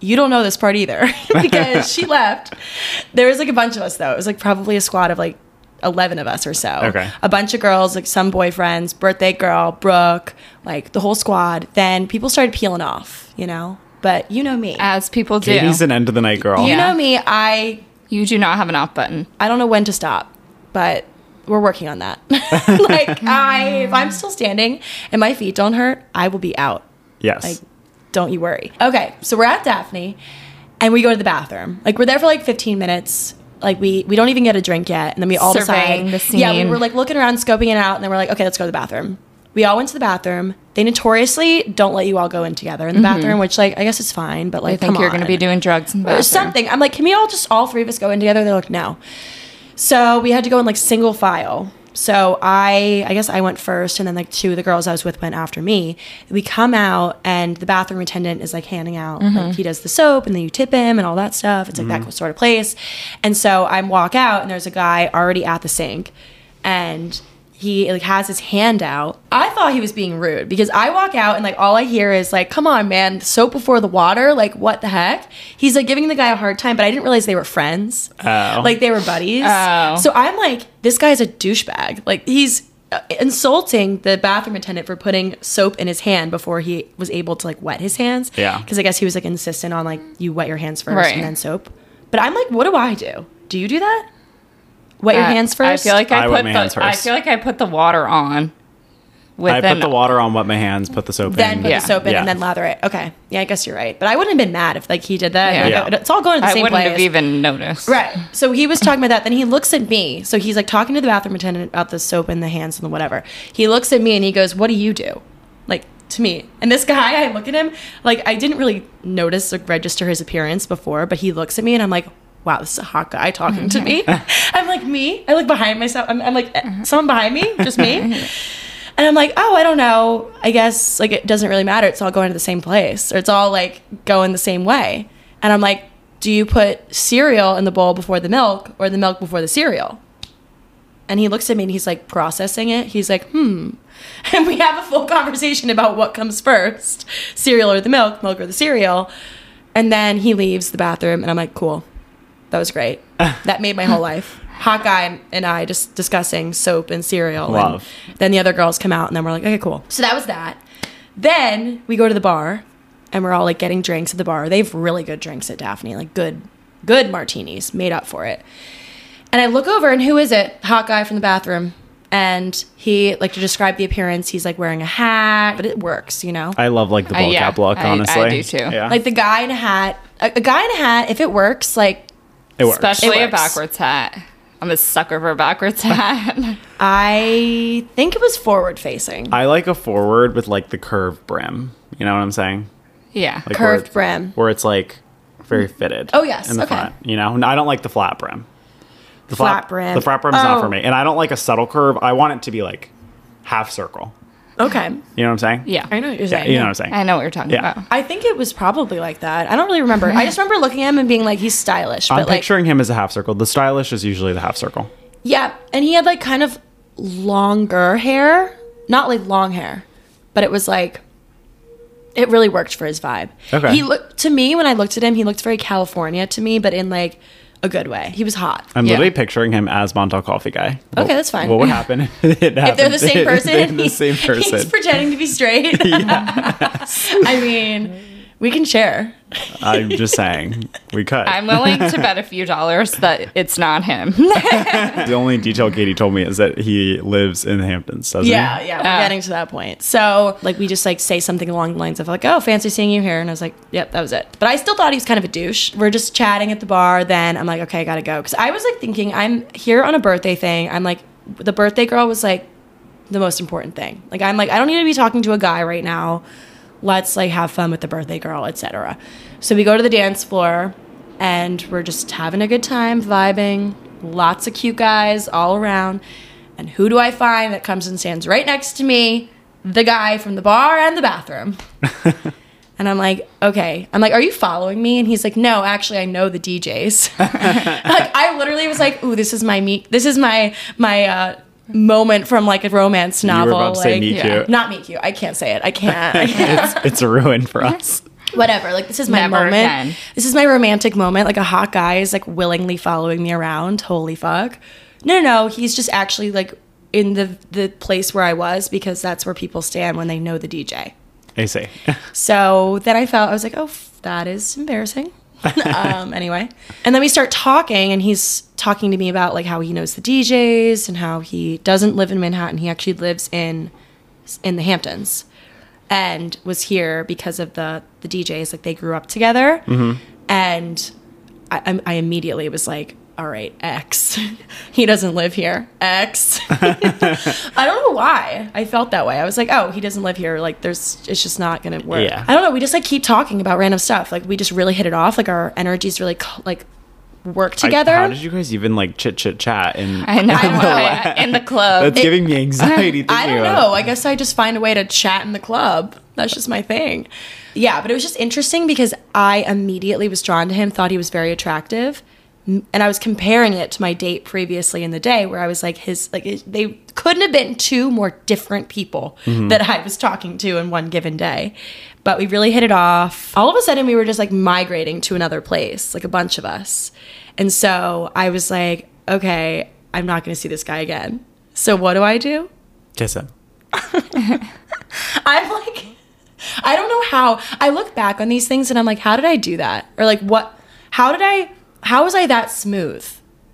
you don't know this part either because she left. There was like a bunch of us though. It was like probably a squad of like eleven of us or so. Okay. A bunch of girls, like some boyfriends, birthday girl, Brooke, like the whole squad. Then people started peeling off, you know. But you know me. As people do. Katie's an end of the night girl. You Yeah. know me, I you do not have an off button. I don't know when to stop, but we're working on that. like I if I'm still standing and my feet don't hurt, I will be out. Yes. Like don't you worry. Okay, so we're at Daphne and we go to the bathroom. Like we're there for like 15 minutes. Like we we don't even get a drink yet and then we all Surveying decide the Yeah, we scene. were like looking around scoping it out and then we're like okay, let's go to the bathroom. We all went to the bathroom. They notoriously don't let you all go in together in the bathroom, which like I guess it's fine, but like I Mm-hmm. think come you're going to on be doing drugs in the or bathroom. something. I'm like, can we all just all three of us go in together? They're like, no. So we had to go in like single file. So I, I guess I went first, and then like two of the girls I was with went after me. We come out, and the bathroom attendant is like handing out, like he does the soap, and then you tip him and all that stuff. It's like that sort of place. And so I walk out, and there's a guy already at the sink, and he like has his hand out. I thought he was being rude because I walk out and like all I hear is like, "Come on, man, soap before the water." Like, what the heck? He's like giving the guy a hard time, but I didn't realize they were friends. Oh. Like they were buddies. Oh. So I'm like, this guy's a douchebag. Like he's uh, insulting the bathroom attendant for putting soap in his hand before he was able to like wet his hands. Yeah. Because I guess he was like insistent on like you wet your hands first Right. and then soap. But I'm like, what do I do? Do you do that? Wet your Uh, I- hands first. I feel like I, I wet put my the, hands I first. feel like I put the water on. I Within, put the water on, wet my hands, put the soap then in. put Yeah. the soap in Yeah. and then lather it. Okay. Yeah, I guess you're right. But I wouldn't have been mad if like he did that. Yeah. Like, Yeah. It's all going to the I same wouldn't place. have even noticed. Right. So he was talking about that. Then he looks at me. So he's like talking to the bathroom attendant about the soap and the hands and the whatever. He looks at me and he goes, What do you do? Like to me. And this guy, I look at him, like I didn't really notice or register his appearance before, but he looks at me and I'm like, Wow, this is a hot guy talking to me. I'm like, Me? I look behind myself. I'm, I'm like, "Eh, Someone behind me? Just me? And I'm like, oh, I don't know. I guess like it doesn't really matter. It's all going to the same place or it's all like going the same way. And I'm like, do you put cereal in the bowl before the milk or the milk before the cereal? And he looks at me and he's like processing it. He's like, hmm. And we have a full conversation about what comes first cereal or the milk, milk or the cereal. And then he leaves the bathroom and I'm like, cool. That was great. that made my whole life. Hot guy and I just discussing soap and cereal. and Love. then the other girls come out and then we're like, okay, cool. So that was that. Then we go to the bar and we're all like getting drinks at the bar. They have really good drinks at Daphne, like good, good martinis made up for it. And I look over, and who is it? Hot guy from the bathroom. And he, like, to describe the appearance, he's like wearing a hat, but it works, you know? I love like the I- ball yeah, cap look, I- I honestly. do too. Yeah. Like, the guy in a hat, a, a guy in a hat, if it works, like, it works. Especially It a works. backwards hat. I'm a sucker for a backwards hat. I think it was forward facing, I like a forward with like the curved brim. You know what I'm saying? yeah. Like where- curved brim. Where it's like very fitted. Oh, yes. In the Okay. front. You know? And I don't like the flat brim. The Flat brim. The flat brim's not Oh. for me. And I don't like a subtle curve. I want it to be like half circle. Okay. You know what I'm saying? Yeah. I know what you're Yeah, saying. you know what I'm saying. I know what you're talking Yeah. about. I think it was probably like that. I don't really remember. I just remember looking at him and being like, he's stylish. But I'm like, picturing him as a half circle. The stylish is usually the half circle. yeah. And he had like kind of longer hair, not like long hair, but it was like, it really worked for his vibe. Okay. He looked to me when I looked at him, he looked very California to me, but in like a good way. He was hot. I'm Yeah. literally picturing him as Montauk Coffee Guy. Okay, that's fine. Uh, What would happen if it if they're happened? the same person, They're the he- same he's person. pretending to be straight. I mean, we can share. I'm just saying. We could. I'm willing to bet a few dollars that it's not him. the only detail Katie told me is that he lives in the Hamptons, doesn't Yeah, he? yeah, we're Yeah. getting to that point. So, like, we just like say something along the lines of like, "Oh, fancy seeing you here," and I was like, "Yep, that was it." But I still thought he was kind of a douche. We're just chatting at the bar. Then I'm like, "Okay, I gotta go," because I was like thinking I'm here on a birthday thing. I'm like, the birthday girl was like the most important thing. Like, I'm like, I don't need to be talking to a guy right now. Let's like have fun with the birthday girl, etc. So we go to the dance floor, and we're just having a good time, vibing. Lots of cute guys all around. And who do I find that comes and stands right next to me? The guy from the bar and the bathroom. and I'm like, okay. I'm like, are you following me? And he's like, no, actually, I know the DJs. like, I literally was like, ooh, this is my meet. This is my my uh, moment from like a romance were novel. about to say like, meet Yeah. cute. not meet you. I can't say it. I can't. I can't. It's, it's a ruin for us. Whatever. Like, this is my Never moment. again. This is my romantic moment. Like, a hot guy is like willingly following me around. Holy fuck. No, no, no. He's just actually like in the the place where I was because that's where people stand when they know the DJ. I see. So then I felt I was like, oh, f- that is embarrassing. um, anyway, and then we start talking, and he's talking to me about like how he knows the DJs and how he doesn't live in Manhattan. He actually lives in in the Hamptons, and was here because of the the DJs. Like they grew up together, Mm-hmm. and I, I'm- I immediately was like, all right, X. he doesn't live here. X. I don't know why I felt that way. I was like, oh, he doesn't live here. Like, there's, it's just not gonna work. Yeah. I don't know. We just like keep talking about random stuff. Like, we just really hit it off. Like, our energies really cl- like work I- together. how did you guys even like chit chit chat? And I know. I don't know. I- in the club. that's giving me anxiety. Thinking I don't about know. I guess I just find a way to chat in the club. That's just my thing. Yeah, but it was just interesting because I immediately was drawn to him, thought he was very attractive. M- And I was comparing it to my date previously in the day where I was like, his, like, it- they couldn't have been two more different people that I was talking to in one given day. But we really hit it off. All of a sudden, we were just like migrating to another place, like a bunch of us. And so I was like, okay, I'm not going to see this guy again. So what do I do? Kiss him. I'm like, I don't know how. I look back on these things and I'm like, how did I do that? Or like, what? How did I? How was I that smooth?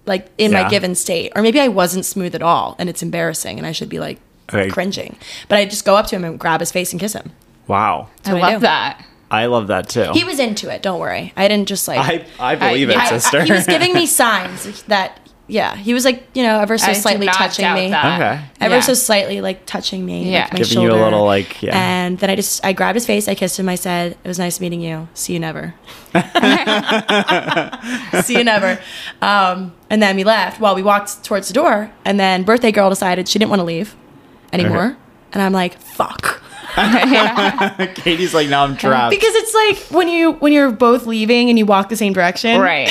Like in Yeah. my given state, or maybe I wasn't smooth at all, and it's embarrassing, and I should be like Okay. cringing. But I just go up to him and grab his face and kiss him. Wow. I what I do. love that. I love that too. He was into it. Don't worry, I didn't just like. I, I believe I- it, I- I- sister. he was giving me signs that yeah, he was like you know ever so I do slightly not touching doubt me. that. Okay. ever Yeah. so slightly like touching me Yeah. like, my Giving you a shoulder little, like, yeah. and then i just i grabbed his face i kissed him i said it was nice meeting you see you never see you never um, and then we left well we walked towards the door and then birthday girl decided she didn't want to leave anymore Okay. and i'm like fuck Katie's like, now I'm trapped. because it's like when you when you're both leaving and you walk the same direction Right.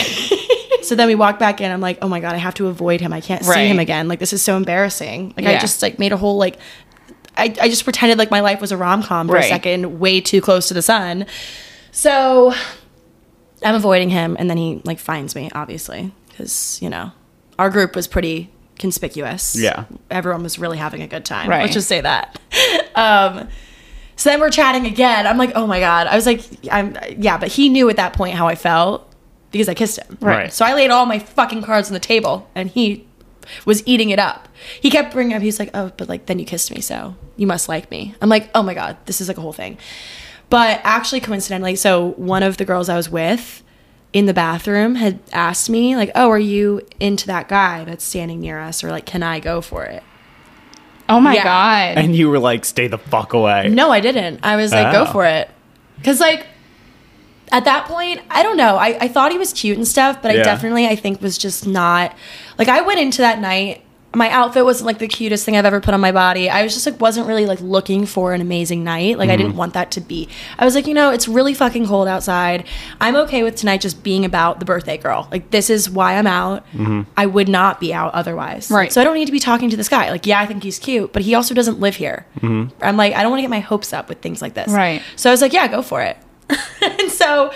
so then we walk back in i'm like oh my god i have to avoid him i can't see Right. him again like this is so embarrassing like i Yeah. just like made a whole like I, I just pretended like my life was a rom-com for a Right. second way too close to the sun so i'm avoiding him and then he like finds me obviously because you know our group was pretty conspicuous Yeah. everyone was really having a good time Right. let's just say that um so then we're chatting again i'm like oh my god i was like i'm yeah but he knew at that point how i felt because i kissed him Right. so I laid all my fucking cards on the table, and he was eating it up. He kept bringing up. He's like, "Oh, but like then you kissed me, so you must like me." I'm like, "Oh my god, this is like a whole thing." But actually, coincidentally, so one of the girls I was with in the bathroom had asked me, like, "Oh, are you into that guy that's standing near us, or like, can I go for it?" Oh my Yeah. god. and you were like, stay the fuck away. No, I didn't. I was like, Oh. go for it. Cause like at that point, I don't know. I, I thought he was cute and stuff, but I Yeah. definitely I think was just not like I went into that night. my outfit wasn't like the cutest thing I've ever put on my body. I was just like wasn't really like looking for an amazing night. Mm-hmm. Like I didn't want that to be. I was like, you know, it's really fucking cold outside. I'm okay with tonight just being about the birthday girl. Like this is why I'm out. Mm-hmm. I would not be out otherwise. Right. So I don't need to be talking to this guy. Like, yeah, I think he's cute, but he also doesn't live here. I'm like, I don't want to get my hopes up with things like this. Right. So I was like, yeah, go for it. and so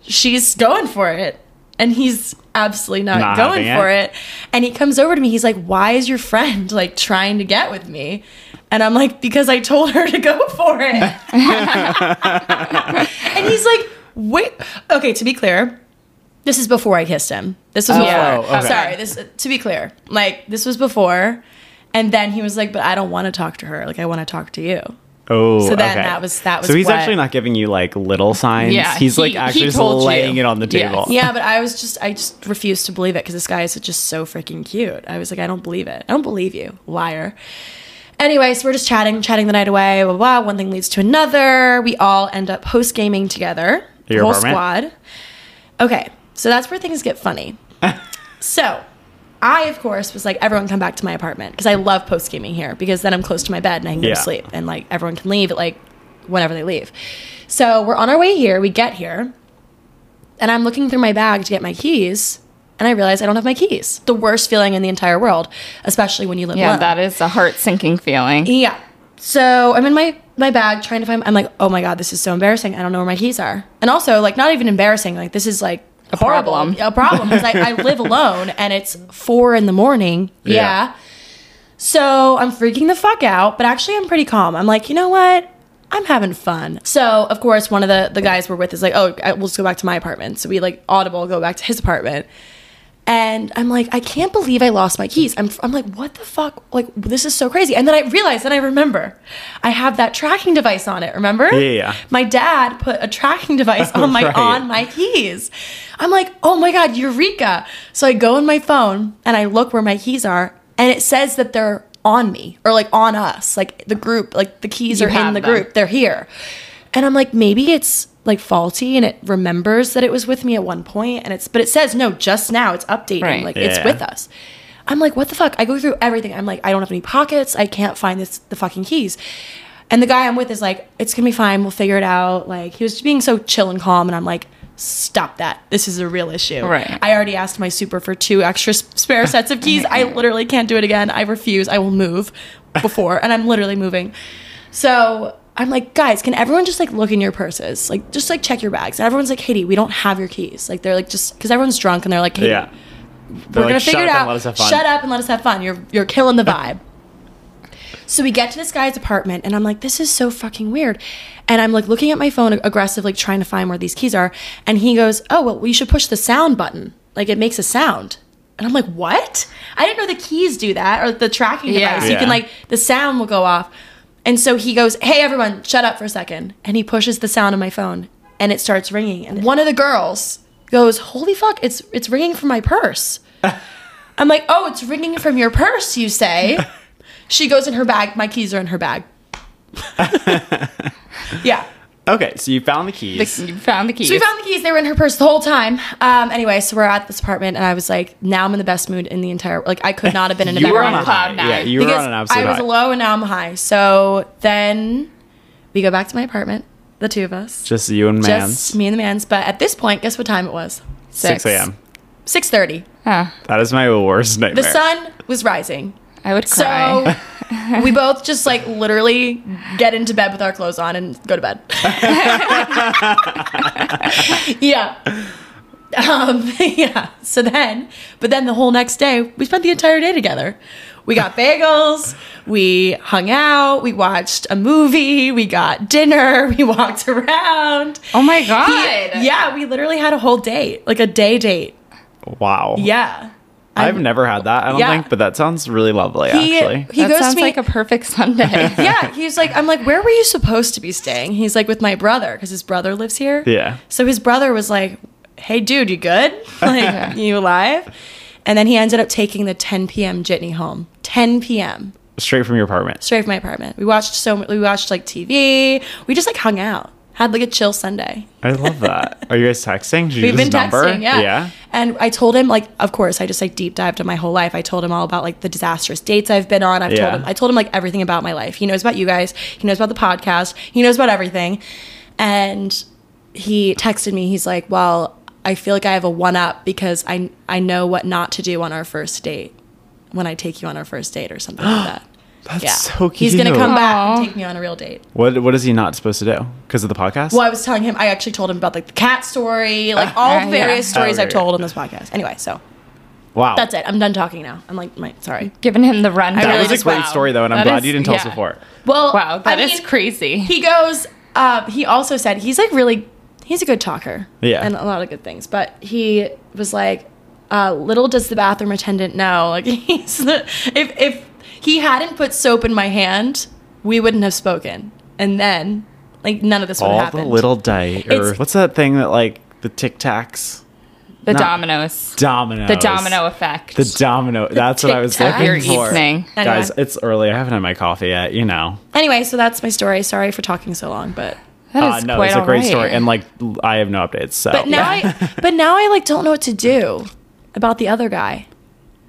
she's going for it. And he's absolutely not, Not going having for it. it. And he comes over to me. He's like, Why is your friend like trying to get with me? And I'm like, Because I told her to go for it. and he's like, Wait. Okay, to be clear, this is before I kissed him. This was Oh, before. okay. Sorry, this to be clear. Like, this was before. And then he was like, But I don't want to talk to her. Like, I want to talk to you. Oh, So then okay. that was- that was So he's what- actually not giving you like little signs. Yeah, he's like he- actually he just told you. laying it on the Yes. table. yeah, but I was just, I just refused to believe it because this guy is just so freaking cute. I was like, I don't believe it. I don't believe you, liar. Anyway, so we're just chatting, chatting the night away, blah, blah, blah. One thing leads to another. We all end up post gaming together, the Your whole apartment? squad. Okay, so that's where things get funny. so I, of course, was like, everyone come back to my apartment because I love post gaming here because then I'm close to my bed and I can go Yeah. to sleep and like everyone can leave at like whenever they leave. So we're on our way here. We get here and I'm looking through my bag to get my keys, and I realize I don't have my keys. The worst feeling in the entire world, especially when you live Yeah, alone. that is a heart sinking feeling. Yeah. So I'm in my my bag trying to find. I'm like, oh my god, this is so embarrassing. I don't know where my keys are. And also, like, not even embarrassing. Like, this is like a horrible, problem. A problem because I, I live alone and it's four in the morning. Yeah. Yeah. So I'm freaking the fuck out, but actually I'm pretty calm. I'm like, you know what? I'm having fun. So of course, one of the the guys we're with is like, oh, I- we'll just go back to my apartment. So we like audible go back to his apartment. And I'm like, I can't believe I lost my keys. I'm, I'm like, what the fuck? Like, this is so crazy. And then I realized, then I remember, I have that tracking device on it. Remember? Yeah, yeah, yeah. My dad put a tracking device on my Right. on my keys. I'm like, oh my god, eureka! So I go in my phone and I look where my keys are, and it says that they're on me or like on us, like the group, like the keys You are have in the them. group, they're here. And I'm like, maybe it's like faulty and it remembers that it was with me at one point, and it's but it says no, just now it's updating, Right. like it's Yeah. with us. I'm like, what the fuck? I go through everything. I'm like, I don't have any pockets. I can't find this the fucking keys. And the guy I'm with is like, it's gonna be fine. We'll figure it out. Like he was just being so chill and calm, and I'm like, stop that. This is a real issue. Right. I already asked my super for two extra s- spare sets of keys. I literally can't do it again. I refuse. I will move before, and I'm literally moving. So I'm like, guys, can everyone just like look in your purses? Like just like check your bags. And everyone's like, Katie, we don't have your keys. Like they're like just because everyone's drunk and they're like, Katie, Yeah. we're They're like, gonna "Shut figure it up and out. let us have fun." Shut up and let us have fun. You're you're killing the vibe. so we get to this guy's apartment, and I'm like, this is so fucking weird. And I'm like looking at my phone aggressive, like trying to find where these keys are. And he goes, oh well, you should push the sound button. Like it makes a sound. And I'm like, what? I didn't know the keys do that or the tracking device. Yeah. You can Yeah. like the sound will go off. And so he goes, hey everyone, shut up for a second. And he pushes the sound on my phone, and it starts ringing. And one of the girls goes, holy fuck, it's it's ringing from my purse. I'm like, oh, it's ringing from your purse, you say. she goes in her bag. My keys are in her bag. yeah. Okay, so you found The, the keys. you found the keys. So we found the keys. They were in her purse the whole time. Um, anyway, so we're at this apartment, and I was like, now I'm in the best mood in the entire. Like, I could not have been in a you better were mood on a cloud high. nine. Yeah, you were because on an absolute I was high. low and now I'm high. So then we go back to my apartment, the two of us, Just you and just Mans. me and the man's. But at this point, guess what time it was? Six a.m. Six thirty. Huh. That is my worst The nightmare. sun was rising. I would cry. So we both just like literally get into bed with our clothes on and go to bed. yeah. Um, yeah. So then, but then the whole next day, we spent the entire day together. We got bagels, we hung out, we watched a movie, we got dinner, we walked around. oh my god. Yeah, we literally had a whole date, like a day date. Wow. Yeah. I've never had that. I don't Yeah. think, but that sounds really lovely. He, actually, he that goes sounds to me like a perfect Sunday. yeah, he's like, I'm like, where were you supposed to be staying? He's like, with my brother, because his brother lives here. yeah. So his brother was like, hey, dude, you good? Like, you alive? And then he ended up taking the 10 p.m. jitney home. 10 p.m. Straight from your apartment. straight from my apartment. We watched so mu- we watched like TV. We just like hung out. Had like a chill Sunday. I love that. Are you guys texting? Did you We've use been his number? texting, yeah. And I told him like, of course, I just like deep dived in my whole life. I told him all about like the disastrous dates I've been on. I've Yeah. told him I told him like everything about my life. He knows about you guys. He knows about the podcast. He knows about everything. And he texted me. He's like, "Well, I feel like I have a one up because I I know what not to do on our first date when I take you on our first date or something like that." That's yeah. so cute. He's gonna come back Aw. and take me on a real date. What What is he not supposed to do? Because of the podcast? Well, I was telling him I actually told him about like the cat story, like all Uh, yeah. the various stories Okay, I've Oh, okay. Oh. told on this podcast. Anyway, so Wow. that's it. I'm done talking now. I'm like, my, sorry. Giving him the rundown. That really was a just- great wow. story, though, and I'm That glad is- you didn't tell us yeah. before. Well, Wow, that I is mean, crazy. He goes. Uh, he also said he's like really. He's a good talker. Yeah. and a lot of good things. But he was like, uh, little does the bathroom attendant know. Like he's the, if if he hadn't put soap in my hand, we wouldn't have spoken. And then like none of this would All have happened. the little day, or It's- what's that thing that like the Tic Tacs, the Not- dominoes. domino, The domino effect. the domino. That's what I was Tic Tacs. looking Your for. evening. Guys, Anyway. it's early. I haven't had my coffee yet. You know, anyway, so that's my story. Sorry for talking so long, but that is uh, no, quite it's a great alright. story, and like l- I have no updates. So, but now I but now I like don't know what to do about the other guy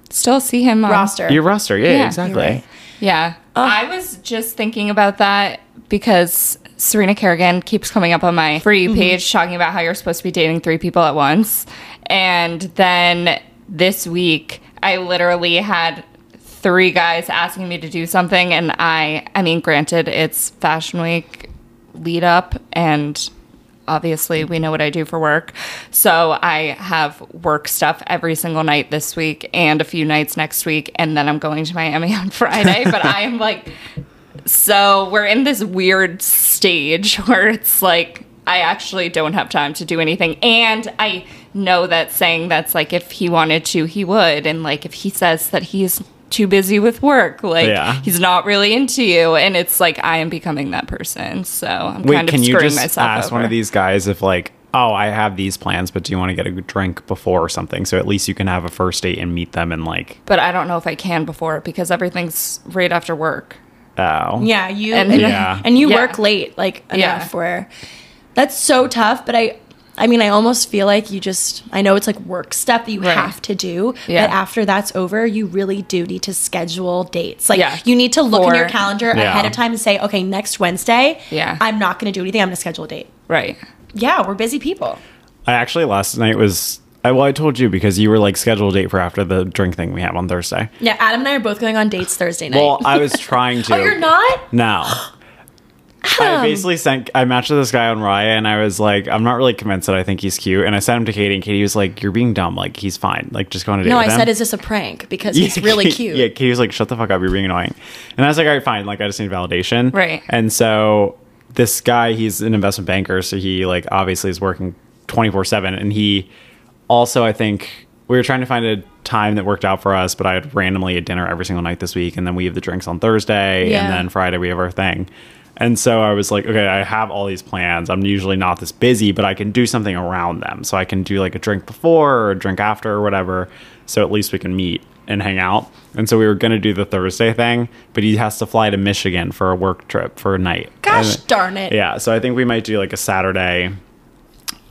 still see him on roster. Um, you're Ruster, yeah, Yeah, you're exactly. right. Yeah. I was just thinking about that because Serena Kerrigan keeps coming up on my free page talking about how you're supposed to be dating three people at once. And then this week, I literally had three guys asking me to do something. And I, I mean, granted, it's Fashion Week lead up and obviously we know what I do for work. So I have work stuff every single night this week and a few nights next week and then I'm going to Miami on Friday, but I am like so we're in this weird stage where it's like I actually don't have time to do anything and I know that saying that's like if he wanted to he would and like if he says that he's too busy with work like Yeah. he's not really into you and it's like I am becoming that person so I'm Wait, kind of can you screwing just myself ask one over. of these guys if like, oh, I have these plans, but do you want to get a drink before or something? So at least you can have a first date and meet them and like, but I don't know if I can before because everything's right after work. oh, Yeah, you And- and, Yeah. and you Yeah. work late like enough Yeah. where that's so tough, but I I mean I almost feel like you just I know it's like work stuff that you Right. have to do, Yeah. but after that's over, you really do need to schedule dates. Like Yeah. you need to look in your For- calendar Yeah. ahead of time and say, "Okay, next Wednesday, Yeah. I'm not going to do anything. I'm going to schedule a date." Right. Yeah, we're busy people. I actually last night was. I, well, I told you because you were like scheduled a date for after the drink thing we have on Thursday. Yeah, Adam and I are both going on dates Thursday night. Well, I was trying to. oh, you're not? No. I basically sent. I matched with this guy on Raya, and I was like, I'm not really convinced that I think he's cute. And I sent him to Katie, and Katie was like, "You're being dumb. Like he's fine. Like just go on a date." No, with I him. said, is this a prank? Because he's Yeah, really Katie- cute. Yeah, Katie was like, "Shut the fuck up! You're being annoying." And I was like, "All right, fine. Like, I just need validation." Right. And so this guy, he's an investment banker, so he like obviously is working twenty four seven, and he also, I think, we were trying to find a time that worked out for us, but I had randomly a dinner every single night this week, and then we have the drinks on Thursday, Yeah. and then Friday we have our thing. And so I was like, okay, I have all these plans. I'm usually not this busy, but I can do something around them. So I can do like a drink before or a drink after or whatever. So at least we can meet and hang out. And so we were going to do the Thursday thing, but he has to fly to Michigan for a work trip for a night. Gosh And- darn it. yeah, so I think we might do like a Saturday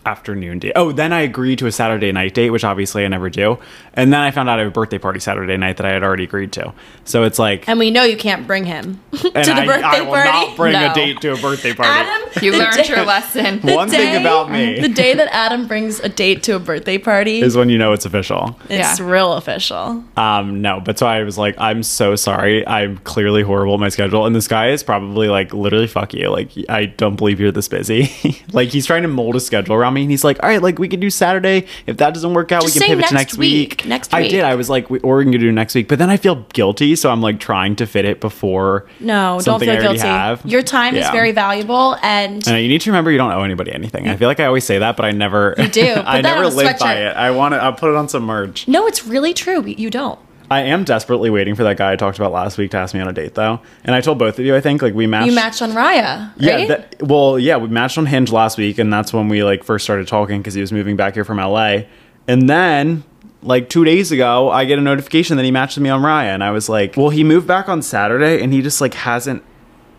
afternoon date. Oh, then I agreed to a Saturday night date, which obviously I never do. And then I found out I have a birthday party Saturday night that I had already agreed to. So it's like And we know you can't bring him to and the I, birthday I will party. not bring No. a date to a birthday party. Adam, You the learned day- your lesson. the One thing day- about me. The day that Adam brings a date to a birthday party, is when you know it's official. it's Yeah. real official. Um, no, but so I was like, I'm so sorry. I'm clearly horrible at my schedule, and this guy is probably like, literally, fuck you. Like, I don't believe you're this busy. like, he's trying to mold a schedule around me, and he's like, all right, like we can do Saturday. If that doesn't work out, Just we can say pivot next to next week, week. next I week. did. I was like, we, or we can do next week. But then I feel guilty, so I'm like trying to fit it before. No, don't something I feel already guilty. have. Your time is Yeah. very valuable, and And you need to remember you don't owe anybody anything. I feel like I always say that, but I never you do. Put I that on never a live by sweatshirt. it. I want to. I'll put it on some merch. no, it's really true. You don't. I am desperately waiting for that guy I talked about last week to ask me on a date, though. And I told both of you, I think, like we matched. You matched on Raya, right? Yeah. That, well, yeah, we matched on Hinge last week, and that's when we like first started talking because he was moving back here from LA. And then, like two days ago, I get a notification that he matched me on Raya, and I was like, "Well, he moved back on Saturday, and he just like hasn't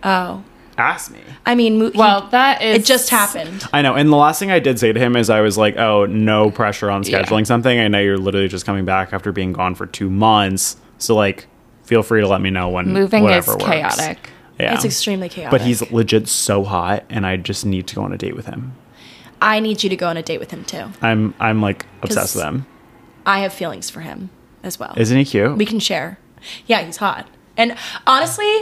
oh, asked me. I mean, mo- he- Well, that is. it just happened. I know. And the last thing I did say to him is I was like, oh, no pressure on Yeah. scheduling something. I know you're literally just coming back after being gone for two months. So, like, feel free to let me know when Moving whatever is works. chaotic. Yeah. It's extremely chaotic. But he's legit so hot, and I just need to go on a date with him. I need you to go on a date with him too. I'm, I'm like obsessed 'Cause- with him. I have feelings for him as well. Isn't he cute? we can share. Yeah, he's hot. And honestly,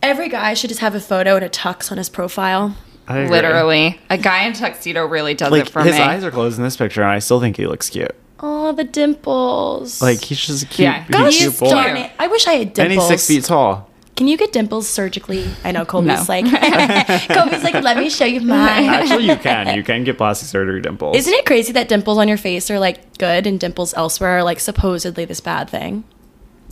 every guy should just have a photo and a tux on his profile. I agree. Literally, a guy in tuxedo really does Like it for his me. eyes are closed in this picture, and I still think he looks cute. Oh, the dimples. Like he's just a cute, Yeah. he's a God He's cute boy, still- darn it. I wish I had and dimples. he's six feet tall. Can you get dimples surgically? I know Colby's No. like Colby's like, let me show you mine. Actually, you can you can get plastic surgery dimples. Isn't it crazy that dimples on your face are like good and dimples elsewhere are like supposedly this bad thing?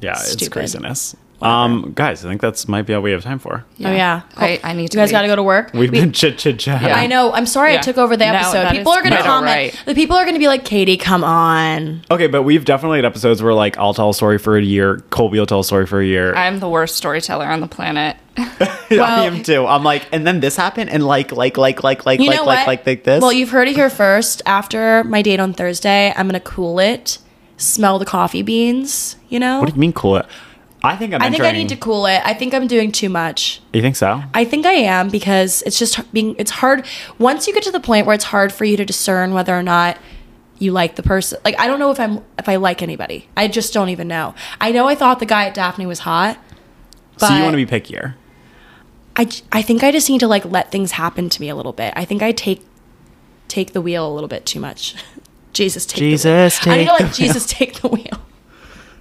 Yeah, it's Stupid. craziness. Um, guys, I think that's might be all we have time for. Oh yeah. I, I need to. You guys leave. got to go to work. We've been chit chit chat. Yeah. I know. I'm sorry I Yeah. took over the No, episode. that people is are going to quite comment. alright. The people are going to be like, "Katie, come on." Okay, but we've definitely had episodes where like I'll tell a story for a year, Colby will tell a story for a year. I, I'm the worst storyteller on the planet. am too. I'm like, and then this happened, and like, like, like, like, like, You like, know like, what? like, like this. Well, you've heard it here first. After my date on Thursday, I'm going to cool it. Smell the coffee beans, you know? what do you mean cool it? I think I'm. I think I need to cool it. I think I'm doing too much. You think so? I think I am because it's just h- being it's hard once you get to the point where it's hard for you to discern whether or not you like the person. Like I don't know if I'm if I like anybody. I just don't even know. I know I thought the guy at Daphne was hot. But so you want to be pickier? I j- I think I just need to like let things happen to me a little bit. I think I take take the wheel a little bit too much. Jesus take Jesus, the wheel. I need take to the let Jesus take the wheel.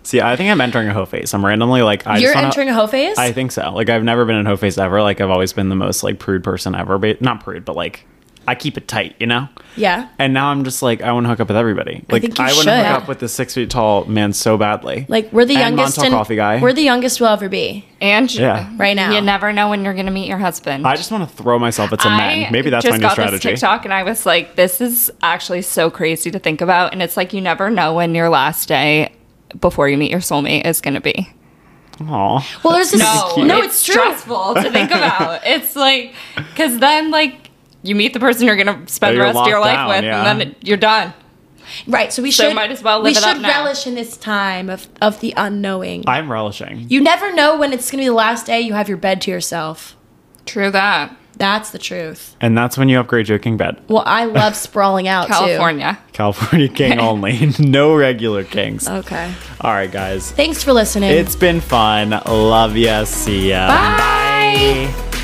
See, I think I'm entering a hoe phase. I'm randomly like, I You're just wanna- entering a hoe phase? I think so. Like I've never been in hoe phase ever. Like I've always been the most like prude person ever. But not prude, but like I keep it tight, you know. yeah. And now I'm just like I want to hook up with everybody. Like think you I, want should. to hook up with the six feet tall man so badly. Like we're the And youngest Montauk and coffee guy. we're the youngest we'll ever be. And you- Yeah. Right now. you never know when you're going to meet your husband. I just want to throw myself at some men. Maybe that's my new strategy. This TikTok and I was like, this is actually so crazy to think about, and it's like you never know when your last day before you meet your soulmate is going to be. Aw. Well, there's this No, no, it's, true. stressful to think about. It's like because then like you meet the person you're going to Oh, spend the you're rest of your locked life down, with, yeah. and then you're done. Right, so we So should might as well we live it up should now. relish in this time of of the unknowing. I'm relishing. you never know when it's going to be the last day you have your bed to yourself. True that. That's the truth. And that's when you upgrade your king bed. Well, I love sprawling out California. California king only. no regular kings. too. Okay. All right, guys. Thanks for listening. It's been fun. Love ya. See ya. Bye. Bye.